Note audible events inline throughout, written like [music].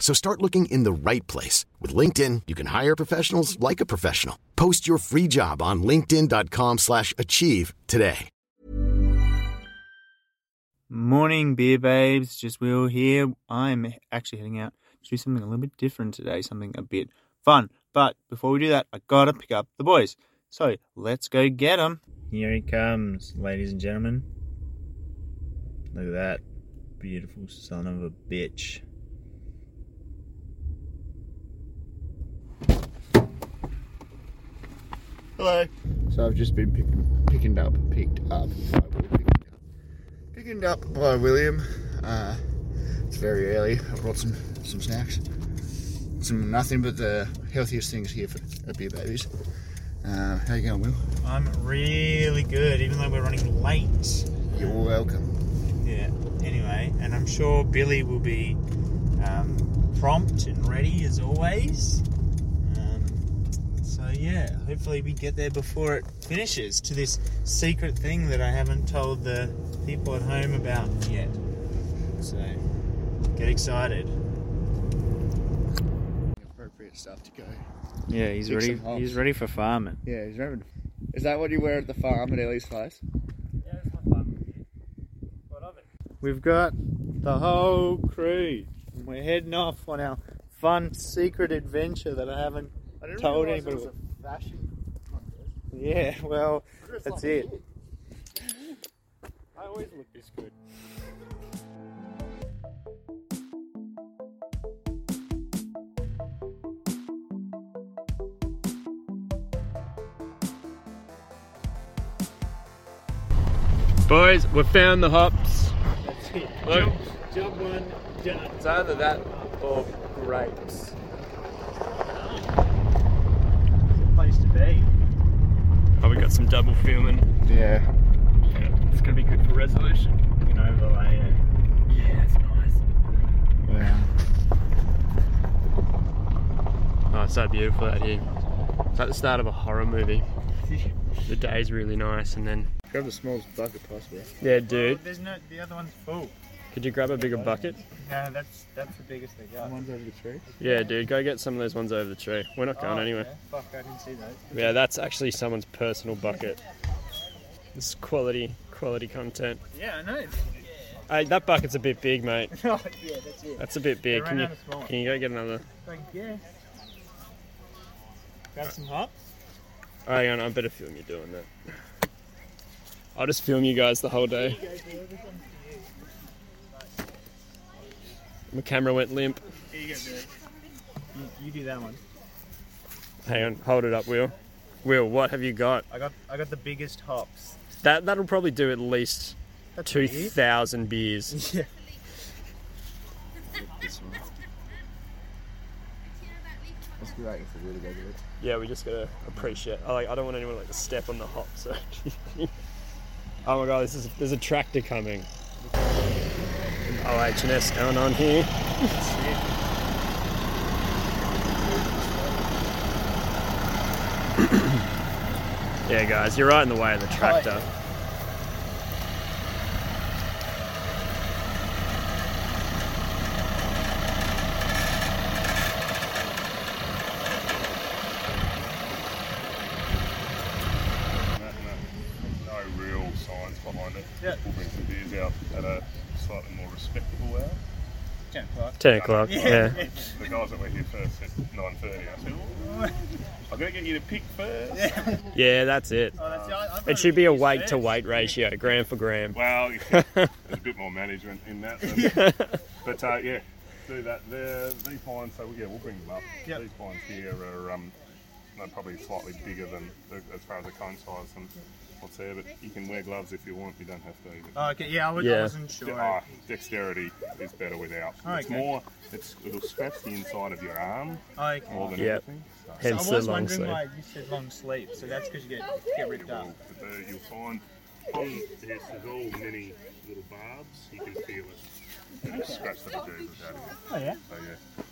So start looking in the right place. With LinkedIn, you can hire professionals like a professional. Post your free job on linkedin.com/achieve slash achieve today. Morning, beer babes. Just Will here. I'm actually heading out to do something a little bit different today, something a bit fun. But before we do that, I gotta pick up the boys. So let's go get them. Here he comes, ladies and gentlemen. Look at that beautiful son of a bitch. Hello. So I've just been picking, picking up, picked up by William. Picking up by William. Uh, it's very early. I brought some some snacks. Some nothing but the healthiest things here for at beer babies. Uh, how you going, Will? I'm really good, even though we're running late. You're welcome. Yeah. Anyway, and I'm sure Billy will be um, prompt and ready as always. Um, so yeah, hopefully we get there before it finishes to this secret thing that I haven't told the people at home about yet. So get excited. Appropriate stuff to go. Yeah, he's Pick some ready. hops. He's ready for farming. Yeah, he's raven. Is that what you wear at the farm at Ellie's place? We've got the whole crew. and We're heading off on our fun secret adventure that I haven't told anybody. Yeah, well, that's it. I always look this good. Boys, we found the hops. That's it. Look. Job, job one done. It's either that or grapes. Place to be. Oh, we got some double filming. Yeah. It's gonna be good for resolution. You can overlay it. Yeah, it's nice. Yeah. uh, Oh, it's so beautiful out here. It's like the start of a horror [laughs] movie. The day's really nice, and then Grab the smallest bucket possible. yeah, dude, There's no. The other one's full. could you grab a bigger bucket? No, that's that's the biggest they got. One's over the tree. Yeah, dude, go get some of those ones over the tree. We're not Oh, going anywhere. Oh, Fuck, I didn't see those. Yeah, that's actually someone's personal bucket. This is quality, quality content. Yeah, I [laughs] know. Hey, that bucket's a bit big, mate. Oh, yeah, that's it. That's a bit big. They ran Can you out of small ones. can you go get another? I guess. Grab some hops. Oh, hang on, I better film you doing that. I'll just film you guys the whole day. My camera went limp. Here you go, Billy. You, you do that one. Hang on, hold it up, Will. Will, what have you got? I got I got the biggest hops. That that'll probably do at least two thousand beers. Yeah. Let's be waiting for Will to go get it. [laughs] Yeah, we just gotta appreciate. I like. I don't want anyone like to step on the hop. So. [laughs] oh my god, this is there's a tractor coming. Oh, OH&S going on here. [laughs] yeah, guys, you're right in the way of the tractor. no, no real science behind it. Yeah. We'll bring some beers out at a slightly more respectable hour. Ten o'clock. Ten o'clock. Yeah. The guys that were here first said 9.30. I said, "Ooh, I'm going to get you to pick first. Yeah, that's it. Oh, that's, I, I've It should be a weight to weight ratio, gram for gram. [laughs] Well, there's a bit more management in that. Than, [laughs] but uh, yeah, do that. There, these vines, so yeah, we'll bring them up. Yep. These vines here are um, they're probably slightly bigger than the- as far as the cone size and what's there. But you can wear gloves if you want. You don't have to. Either. Oh, okay, yeah, I, was, I Yeah. wasn't sure. De- ah, dexterity is better without. It's Okay. more. It's it'll scratch the inside of your arm Okay. more than Yep. anything. So, So Hence I the was long wondering sleeve. why you said long sleeve, so that's because you get get ripped up. well, the- you'll find on this there's all many little barbs. You can feel it. And scratch the bejesus out of it. Oh yeah. So yeah.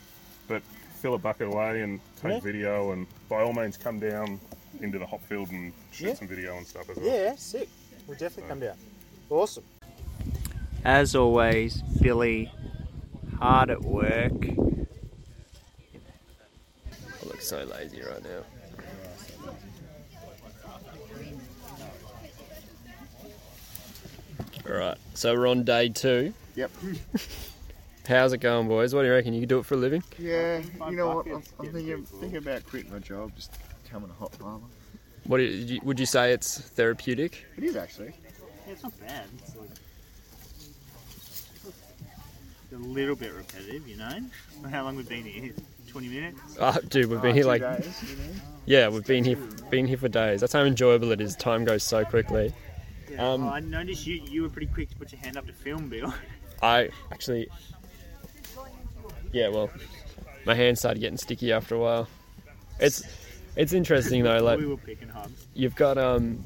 But fill a bucket away and take Yeah. video, and by all means come down into the hop field and shoot Yeah. some video and stuff as well. Yeah, sick. We'll definitely come down. Awesome. As always, Billy, hard at work. I look so lazy right now. All right, so we're on day two. Yep. How's it going, boys? What do you reckon? You can do it for a living? Yeah, you know what? I'm, bucket's I'm getting thinking, too full. thinking about quitting my job, just becoming a hot farmer. What do you, would you say it's therapeutic? It is actually. Yeah, it's not bad. It's like it's a little bit repetitive, you know. [laughs] How long we've been here? Twenty minutes. Ah, dude, we've been here Two like days, [laughs] you know? yeah, we've been here been here for days. That's how enjoyable it is. Time goes so quickly. Yeah. Um, oh, I noticed you you were pretty quick to put your hand up to film, Bill. [laughs] I actually, yeah, well, my hands started getting sticky after a while. It's it's interesting though. Like we were picking hubs. you've got um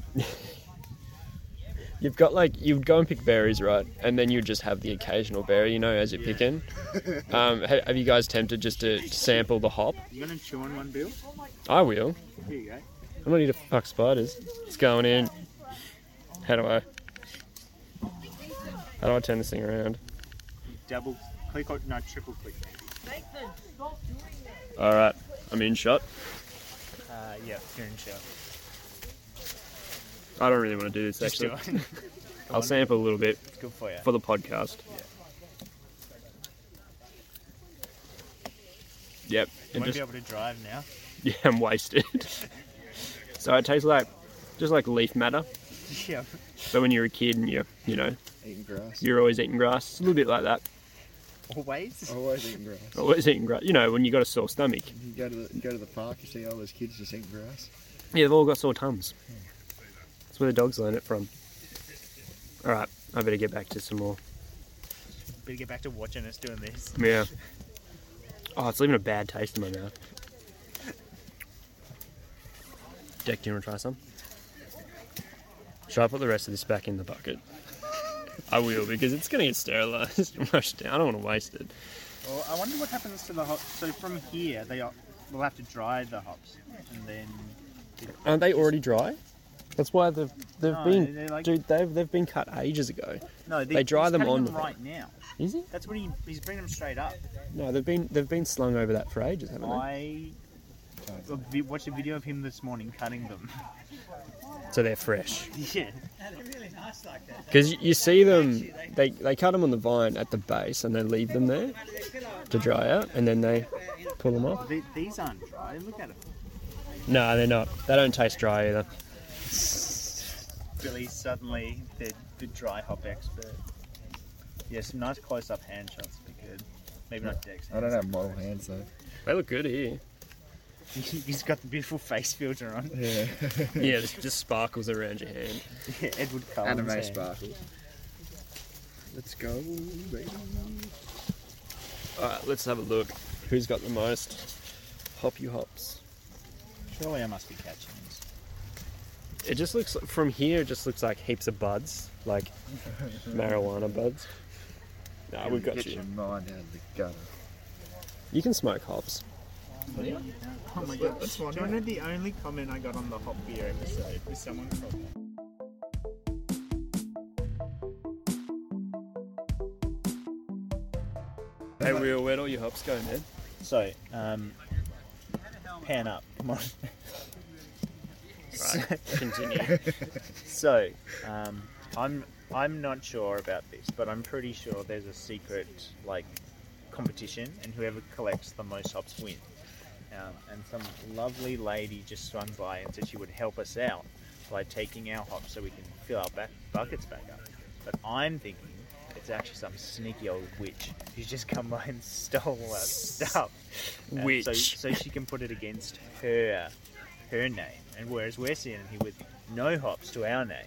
[laughs] you've got like you'd go and pick berries right and then you'd just have the occasional berry you know as you're Yeah. picking um have, have you guys tempted just to sample the hop You gonna chew on one, Bill? i will Here you go. i'm not here to fuck spiders it's going in how do i how do i turn this thing around Double click or no triple click maybe. all right i'm in shot Uh, yeah, you're in show. i don't really want to do this Just do actually it. [laughs] i'll sample a little bit It's good for you. for the podcast yep You and won't just be able to drive now. [laughs] [laughs] Yeah, I'm wasted. so it tastes like just like leaf matter. Yeah. So when you're a kid and you're you know Eating grass. you're always eating grass, it's a little bit like that. Oh. Always. Always eating grass. Always eating grass. You know when you got a sore stomach. You go to the you go to the park, you see all those kids just eating grass. Yeah, they've all got sore tums. That's where the dogs learn it from. All right, I better get back to some more. Better get back to watching us doing this. Yeah. Oh, it's leaving a bad taste in my mouth. Deck, do you want to try some? Should I put the rest of this back in the bucket? I will because it's going to get sterilised and washed down. I don't want to waste it. Well, I wonder what happens to the hops. So from here, they are, we'll have to dry the hops, and then Aren't they already dry? That's why they've they've No, been they're like- dude they've they've been cut ages ago. no, They dry he's them cutting on the- right now. Is it? That's what he, he's bringing them straight up. No, they've been they've been slung over that for ages, haven't they? I I vi- watched a video of him this morning cutting them. [laughs] So they're fresh. yeah, Because you see them, they, they cut them on the vine at the base and they leave them there to dry out and then they pull them off. Th these aren't dry. Look at them. No, they're not. They don't taste dry either. Billy suddenly the the dry hop expert. Yeah, some nice close up hand shots would be good. Maybe not Dex. I don't have model hands though. They look good here. [laughs] He's got the beautiful face filter on. Yeah. [laughs] Yeah, there's just sparkles around your hand. Yeah, [laughs] Edward Cullen's Anime hand. sparkles. Let's go, baby. All right, let's have a look. Who's got the most hoppy hops? Surely I must be catching this. It just looks from here. It just looks like heaps of buds, like marijuana buds. Nah, we've got Get you. your mind out of the gutter. You can smoke hops. Oh my god, that's one. Do you know the only comment I got on the hot beer episode was someone from Hey, Will, where'd all your hops go, man? So, um, pan up. Come on. [laughs] Right, continue. So, um, I'm I'm not sure about this, but I'm pretty sure there's a secret like competition, and whoever collects the most hops wins. Um, and some lovely lady just swung by and said she would help us out by taking our hops so we can fill our back, buckets back up. But I'm thinking it's actually some sneaky old witch who's just come by and [laughs] stole our stuff. Uh, so, Witch. so she can put it against her her name. And whereas we're sitting here with no hops to our name,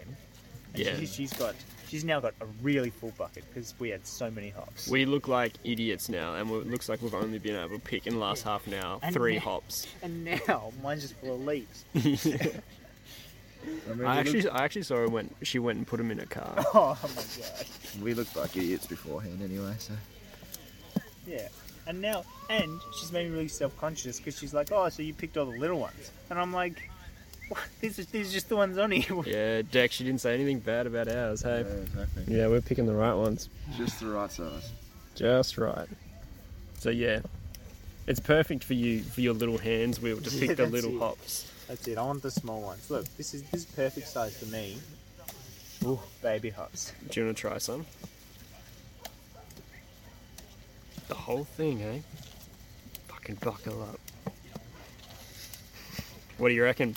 and Yeah. she, she's got she's now got a really full bucket because we had so many hops. We look like idiots now, and we- it looks like we've only been able to pick in the last half an hour And three now- hops. and now [laughs] mine's just full of leaves. I, mean, I we actually, I actually saw her went. She went and put them in a car. [laughs] oh my god. looked- we looked like idiots beforehand anyway, so. Yeah. And now, and she's made me really self-conscious because she's like, "Oh, so you picked all the little ones," and I'm like, what? "These are these are just the ones on here." [laughs] [laughs] Yeah, Deck. She didn't say anything bad about ours. Yeah, Hey. exactly. Yeah, we're picking the right ones, Just the right size. just right. So yeah, it's perfect for you for your little hands. We'll [laughs] just Yeah, pick the that's little it. hops. That's it. I want the small ones. Look, this is this is perfect size for me. Ooh, baby hops. Do you want to try some? The whole thing, eh? Fucking buckle up. What do you reckon?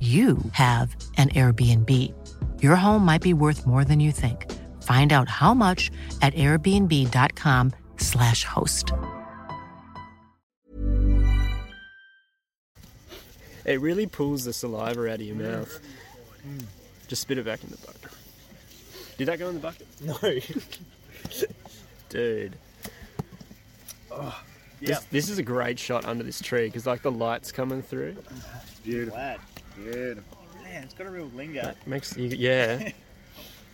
you have an Airbnb. Your home might be worth more than you think. Find out how much at airbnb.com/slash host. It really pulls the saliva out of your mouth. Just spit it back in the bucket. Did that go in the bucket? No. [laughs] Dude. Yeah. This, this is a great shot under this tree because like the light's coming through. Beautiful. Glad. Beautiful. Man, it's got a real linger. [laughs] Makes you, yeah.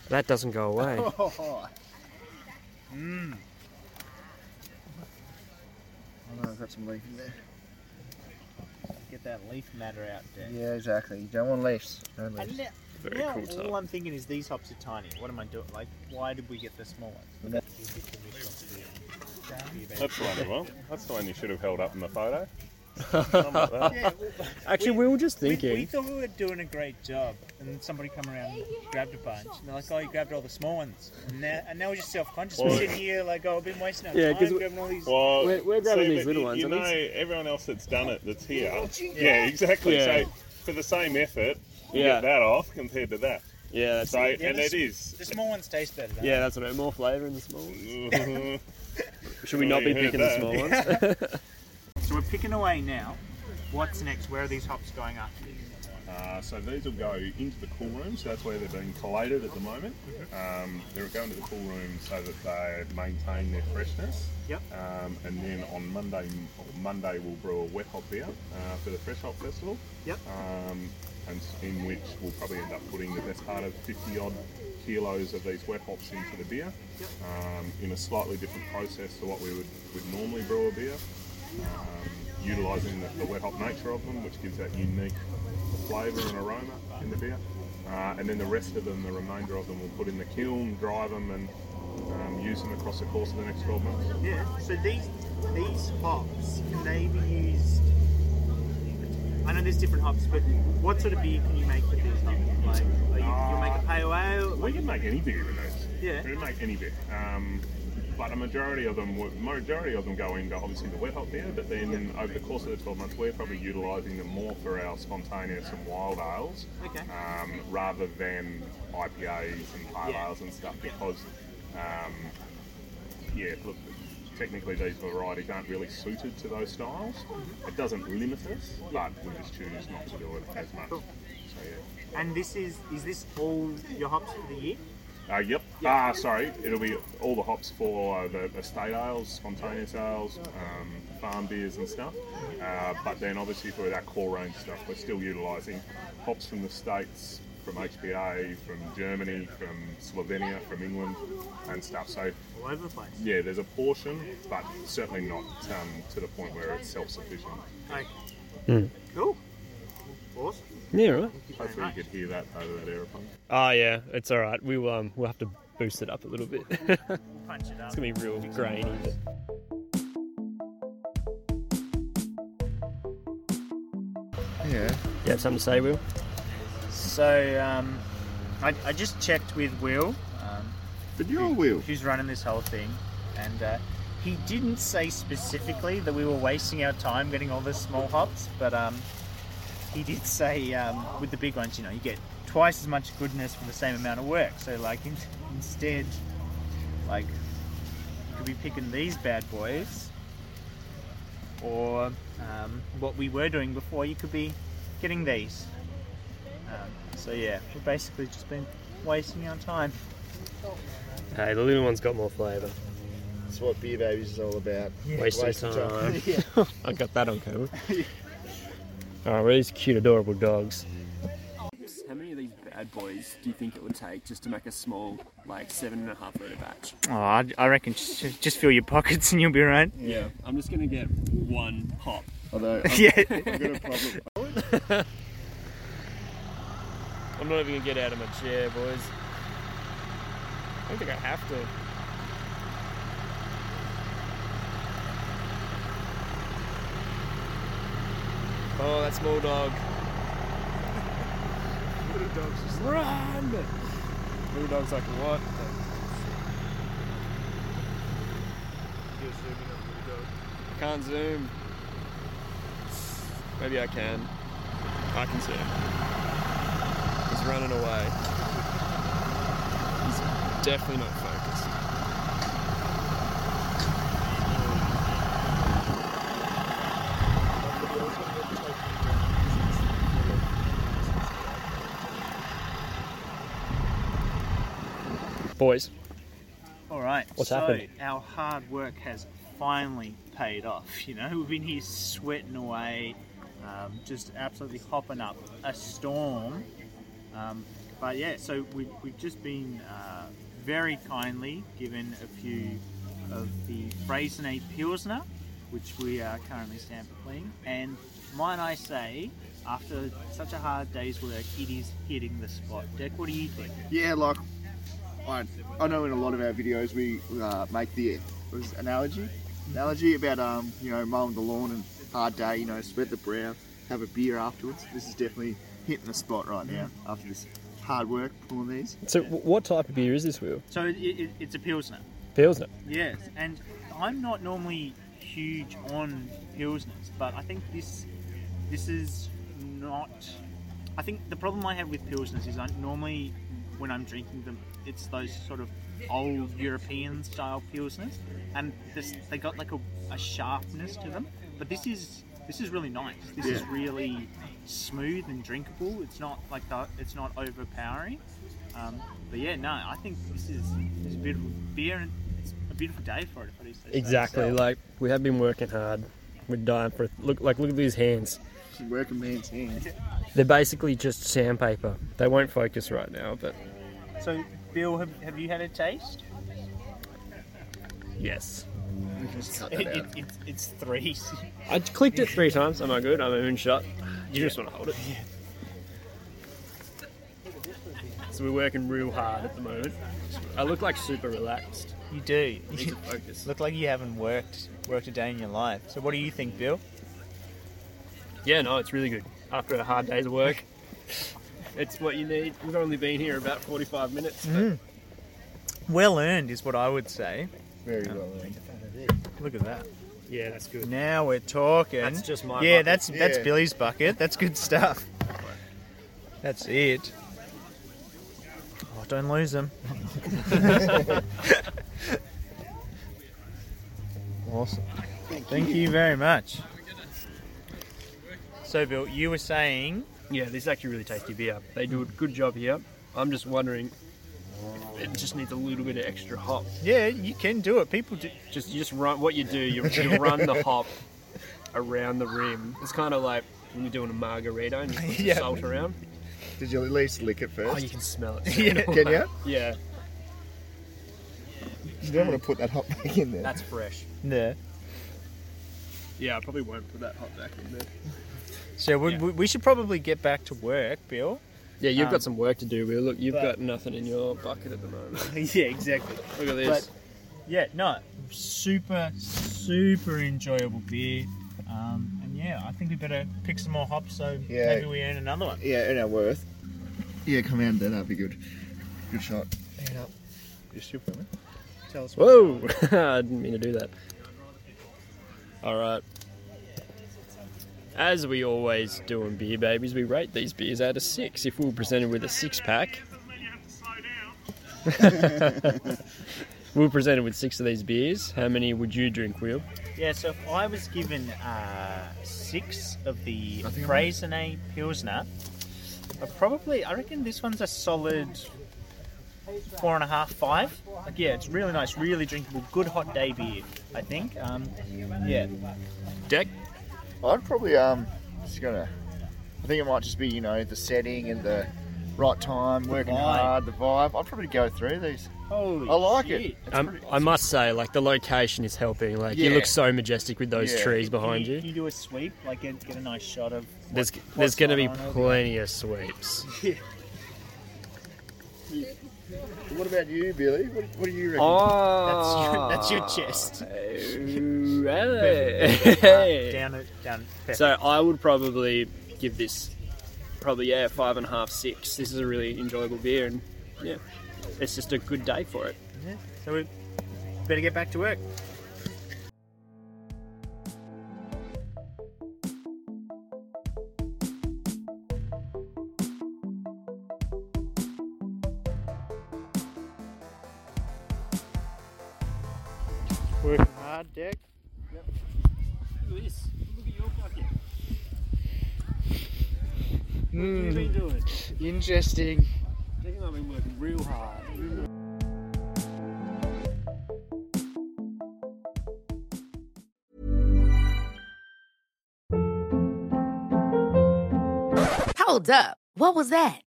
that doesn't go away. Oh, Oh, no, I've got some leaf in there. get that leaf matter out there. Yeah, exactly. You don't want leaves. No And leaves. now, Very now cool all top. I'm thinking is these hops are tiny. What am I doing? Like, why did we get the small ones? That's the one as well. That's the one you should have held up in [laughs] the photo. Something like that. Yeah, Actually, we, were just we, thinking. we thought we were doing a great job, and somebody come around and grabbed a bunch, and they're like, "Oh, you grabbed all the small ones," and now, and now we're just self-conscious. we're Well- sitting here like, "Oh, I've been wasting our Yeah, 'cause time we- grabbing all these." Well, We're- we're grabbing see, these but little you, ones, You at know, least. everyone else that's done it that's here. Yeah, exactly. Yeah. So for the same effort, you Yeah. get that off compared to that. yeah, that's So Yeah, and that's- it is. The small ones taste better. Though. yeah, that's what I More flavour in the small ones. Mhm. [laughs] Should we not Well, be you heard picking the [laughs] that. small ones? So we're picking away now. What's next? Where are these hops going after this? Uh, so these will go into the cool room, so that's where they're being collated at the moment. Mm-hmm. Um, they're going to the cool room so that they maintain their freshness. Yep. Um, and then on Monday, Monday we'll brew a wet hop beer uh, for the Fresh Hop Festival. Yep. Um, and s- in which we'll probably end up putting the best part of 50 odd kilos of these wet hops into the beer um, in a slightly different process to what we would, would normally brew a beer um, utilising the, the wet hop nature of them, which gives that unique flavour and aroma in the beer. Uh, and then the rest of them, the remainder of them, we'll put in the kiln, dry them, and um, use them across the course of the next 12 months. Yeah. So these these hops can they be used? I know there's different hops, but what sort of beer can you make with these hops? Like, are you, you'll make a pale ale. We can make any beer with those. Yeah. We can make any beer. Um, but a majority of them, would- majority of them go into obviously the wet hop beer. But then over the course of the 12 months, we're probably utilising them more for our spontaneous and wild ales, Okay. um, rather than IPAs and pale Yeah. ales and stuff because, um, yeah, look, technically these varieties aren't really suited to those styles. It doesn't limit us, but we just choose not to do it as much. So yeah. And this is is this all your hops for the year? Uh, yep. Ah, sorry. It'll be all the hops for uh, the estate ales, spontaneous ales, um, farm beers and stuff. Uh, but then obviously for that core range stuff, we're still utilising hops from the states, from HPA, from Germany, from Slovenia, from England, and stuff. So All over the place. yeah, there's a portion, but certainly not um, to the point where it's self-sufficient. Okay. Hmm. Cool. Awesome. Yeah, right. Hopefully you could hear that over that aeroplane. Oh yeah, it's all right. We will um, we'll have to boost it up a little bit. [laughs] Punch it up. It's gonna be real grainy. Yeah. Yeah, something to say, Will. So um, I, I just checked with Will. Um, But you're Will. who's running this whole thing, and uh, he didn't say specifically that we were wasting our time getting all the small hops, but um, he did say um, with the big ones, you know, you get twice as much goodness for the same amount of work. So like in, instead, like you could be picking these bad boys, or um, what we were doing before, you could be getting these. Um, so yeah, we've basically just been wasting our time. Hey, the little one's got more flavour. That's what Beer Babies is all about. Wasting Wasting [laughs] time. yeah. I got that on [laughs] camera. All right, well, these cute, adorable dogs. How many of these bad boys do you think it would take just to make a small, like seven and a half liter batch? Oh, I, I reckon just, just fill your pockets and you'll be right. Yeah, I'm just gonna get one pop. Although, [laughs] Yeah. I'm not even gonna get out of my chair, boys. I don't think I have to. Oh, that small dog. Run! Little dog's like, what? Can't zoom. Maybe I can. I can see him. He's running away. He's definitely not focused. Boys, All right. What's so happened? Our hard work has finally paid off. [laughs] You know, we've been here sweating away, um, just absolutely hopping up a storm. Um, but yeah, so we, we've just been uh, very kindly given a few of the Freycinet Pilsner, which we are currently sampling. And might I say, after such a hard day's work, it is hitting the spot. Deck, what do you think? yeah, like, I, I know in a lot of our videos we uh, make the what is it, analogy analogy about, um, you know, mowing the lawn and hard day, you know, sweat the brow, have a beer afterwards. This is definitely hitting the spot right now after this hard work pulling these. so w- what type of beer is this, Will? So it, it, it's a Pilsner. Pilsner. Yes, and I'm not normally huge on pilsners, but I think this this is not. I think the problem I have with pilsners is I normally when I'm drinking them, it's those sort of old European style pilsners, and this, they got like a, a sharpness to them. But this is This is really nice. This is Yeah. really smooth and drinkable. It's not like the, it's not overpowering. Um, but yeah, no, I think this is, this is a beautiful beer and it's a beautiful day for it. If I do say so Exactly. myself. Like we have been working hard. We're dying for look. Like look at these hands. Working man's hands. They're basically just sandpaper. They won't focus right now, but So, Bill, have, have you had a taste? yes. It, it, it's, it's three. [laughs] I clicked it three times. Am I good? I'm a moonshot. You just want to hold it. So we're working real hard at the moment. I look like super relaxed. You do. need to focus. Look like you haven't worked worked a day in your life. So, what do you think, Bill? Yeah, no, it's really good. After a hard day's of work, it's what you need. We've only been here about 45 minutes. but Well earned is what I would say. Very well earned. Look at that. Yeah, that's good. Now we're talking. That's just my Yeah, bucket. that's that's Yeah. Billy's bucket. That's good stuff. That's it. Oh, don't lose them. [laughs] awesome. Thank, you. very much. So, Bill, you were saying Yeah, this is actually really tasty beer. They do a good job here. I'm just wondering, if it just needs a little bit of extra hop. Yeah, you can do it. People do. Just you just run what you do. You, [laughs] you run the hop around the rim. It's kind of like when you're doing a margarita and you put [laughs] the Yeah. salt around. Did you at least lick it Oh, first? you can smell it. Yeah. [laughs] Can you? [laughs] Yeah, You don't want to put that hot back in there. that's fresh. Yeah. Yeah, I probably won't put that hot back in there. So we, Yeah. we- we should probably get back to work, Bill. Yeah, you've Um, got some work to do, Bill. Look, you've but- got nothing in your bucket at the moment. yeah, exactly. Look at this. Yeah, no, super, super enjoyable beer. Um, and yeah, I think we better pick some more hops so Yeah. maybe we earn another one. Yeah, in our worth. Yeah, come out there. That'd be good. Good shot. Hang it up. Just shoot for me. Tell us. Whoa! [laughs] I didn't mean to do that. All right. As we always do in Beer Babies, we rate these beers out of six. If we were presented with a six pack, [laughs] we were presented with six of these beers. How many would you drink, Will? Yeah, so if I was given uh, six of the think I'm- Freycinet Pilsner, I probably, I reckon this one's a solid four and a half, five. Like, yeah, it's really nice, really drinkable, good hot day beer, I think. Um, yeah, Deck? I'd probably um just gonna. I think it might just be you know the setting and the right time, working vibe. hard, the vibe. I'd probably go through these. holy I like it. shit. It's Um, pretty I must say, like the location is helping. Like you Yeah. look so majestic with those Yeah. trees Can behind you, you. Can you do a sweep? Like, get, get a nice shot of. what- There's what's there's going to be going on over plenty of sweeps. awesome. What about you, Billy? What, what do you reckon? Ah. Oh, That's your, that's your chest. Uh, Hey. Down it, down. [laughs] it. So I would probably give this probably yeah five and a half six. This is a really enjoyable beer and yeah, it's just a good day for it. Yeah, so we better get back to work. Working hard, Dick. Look at this. Look at your bucket. What have you been doing? Interesting. Nick and I've been working real hard. Hold up. What was that?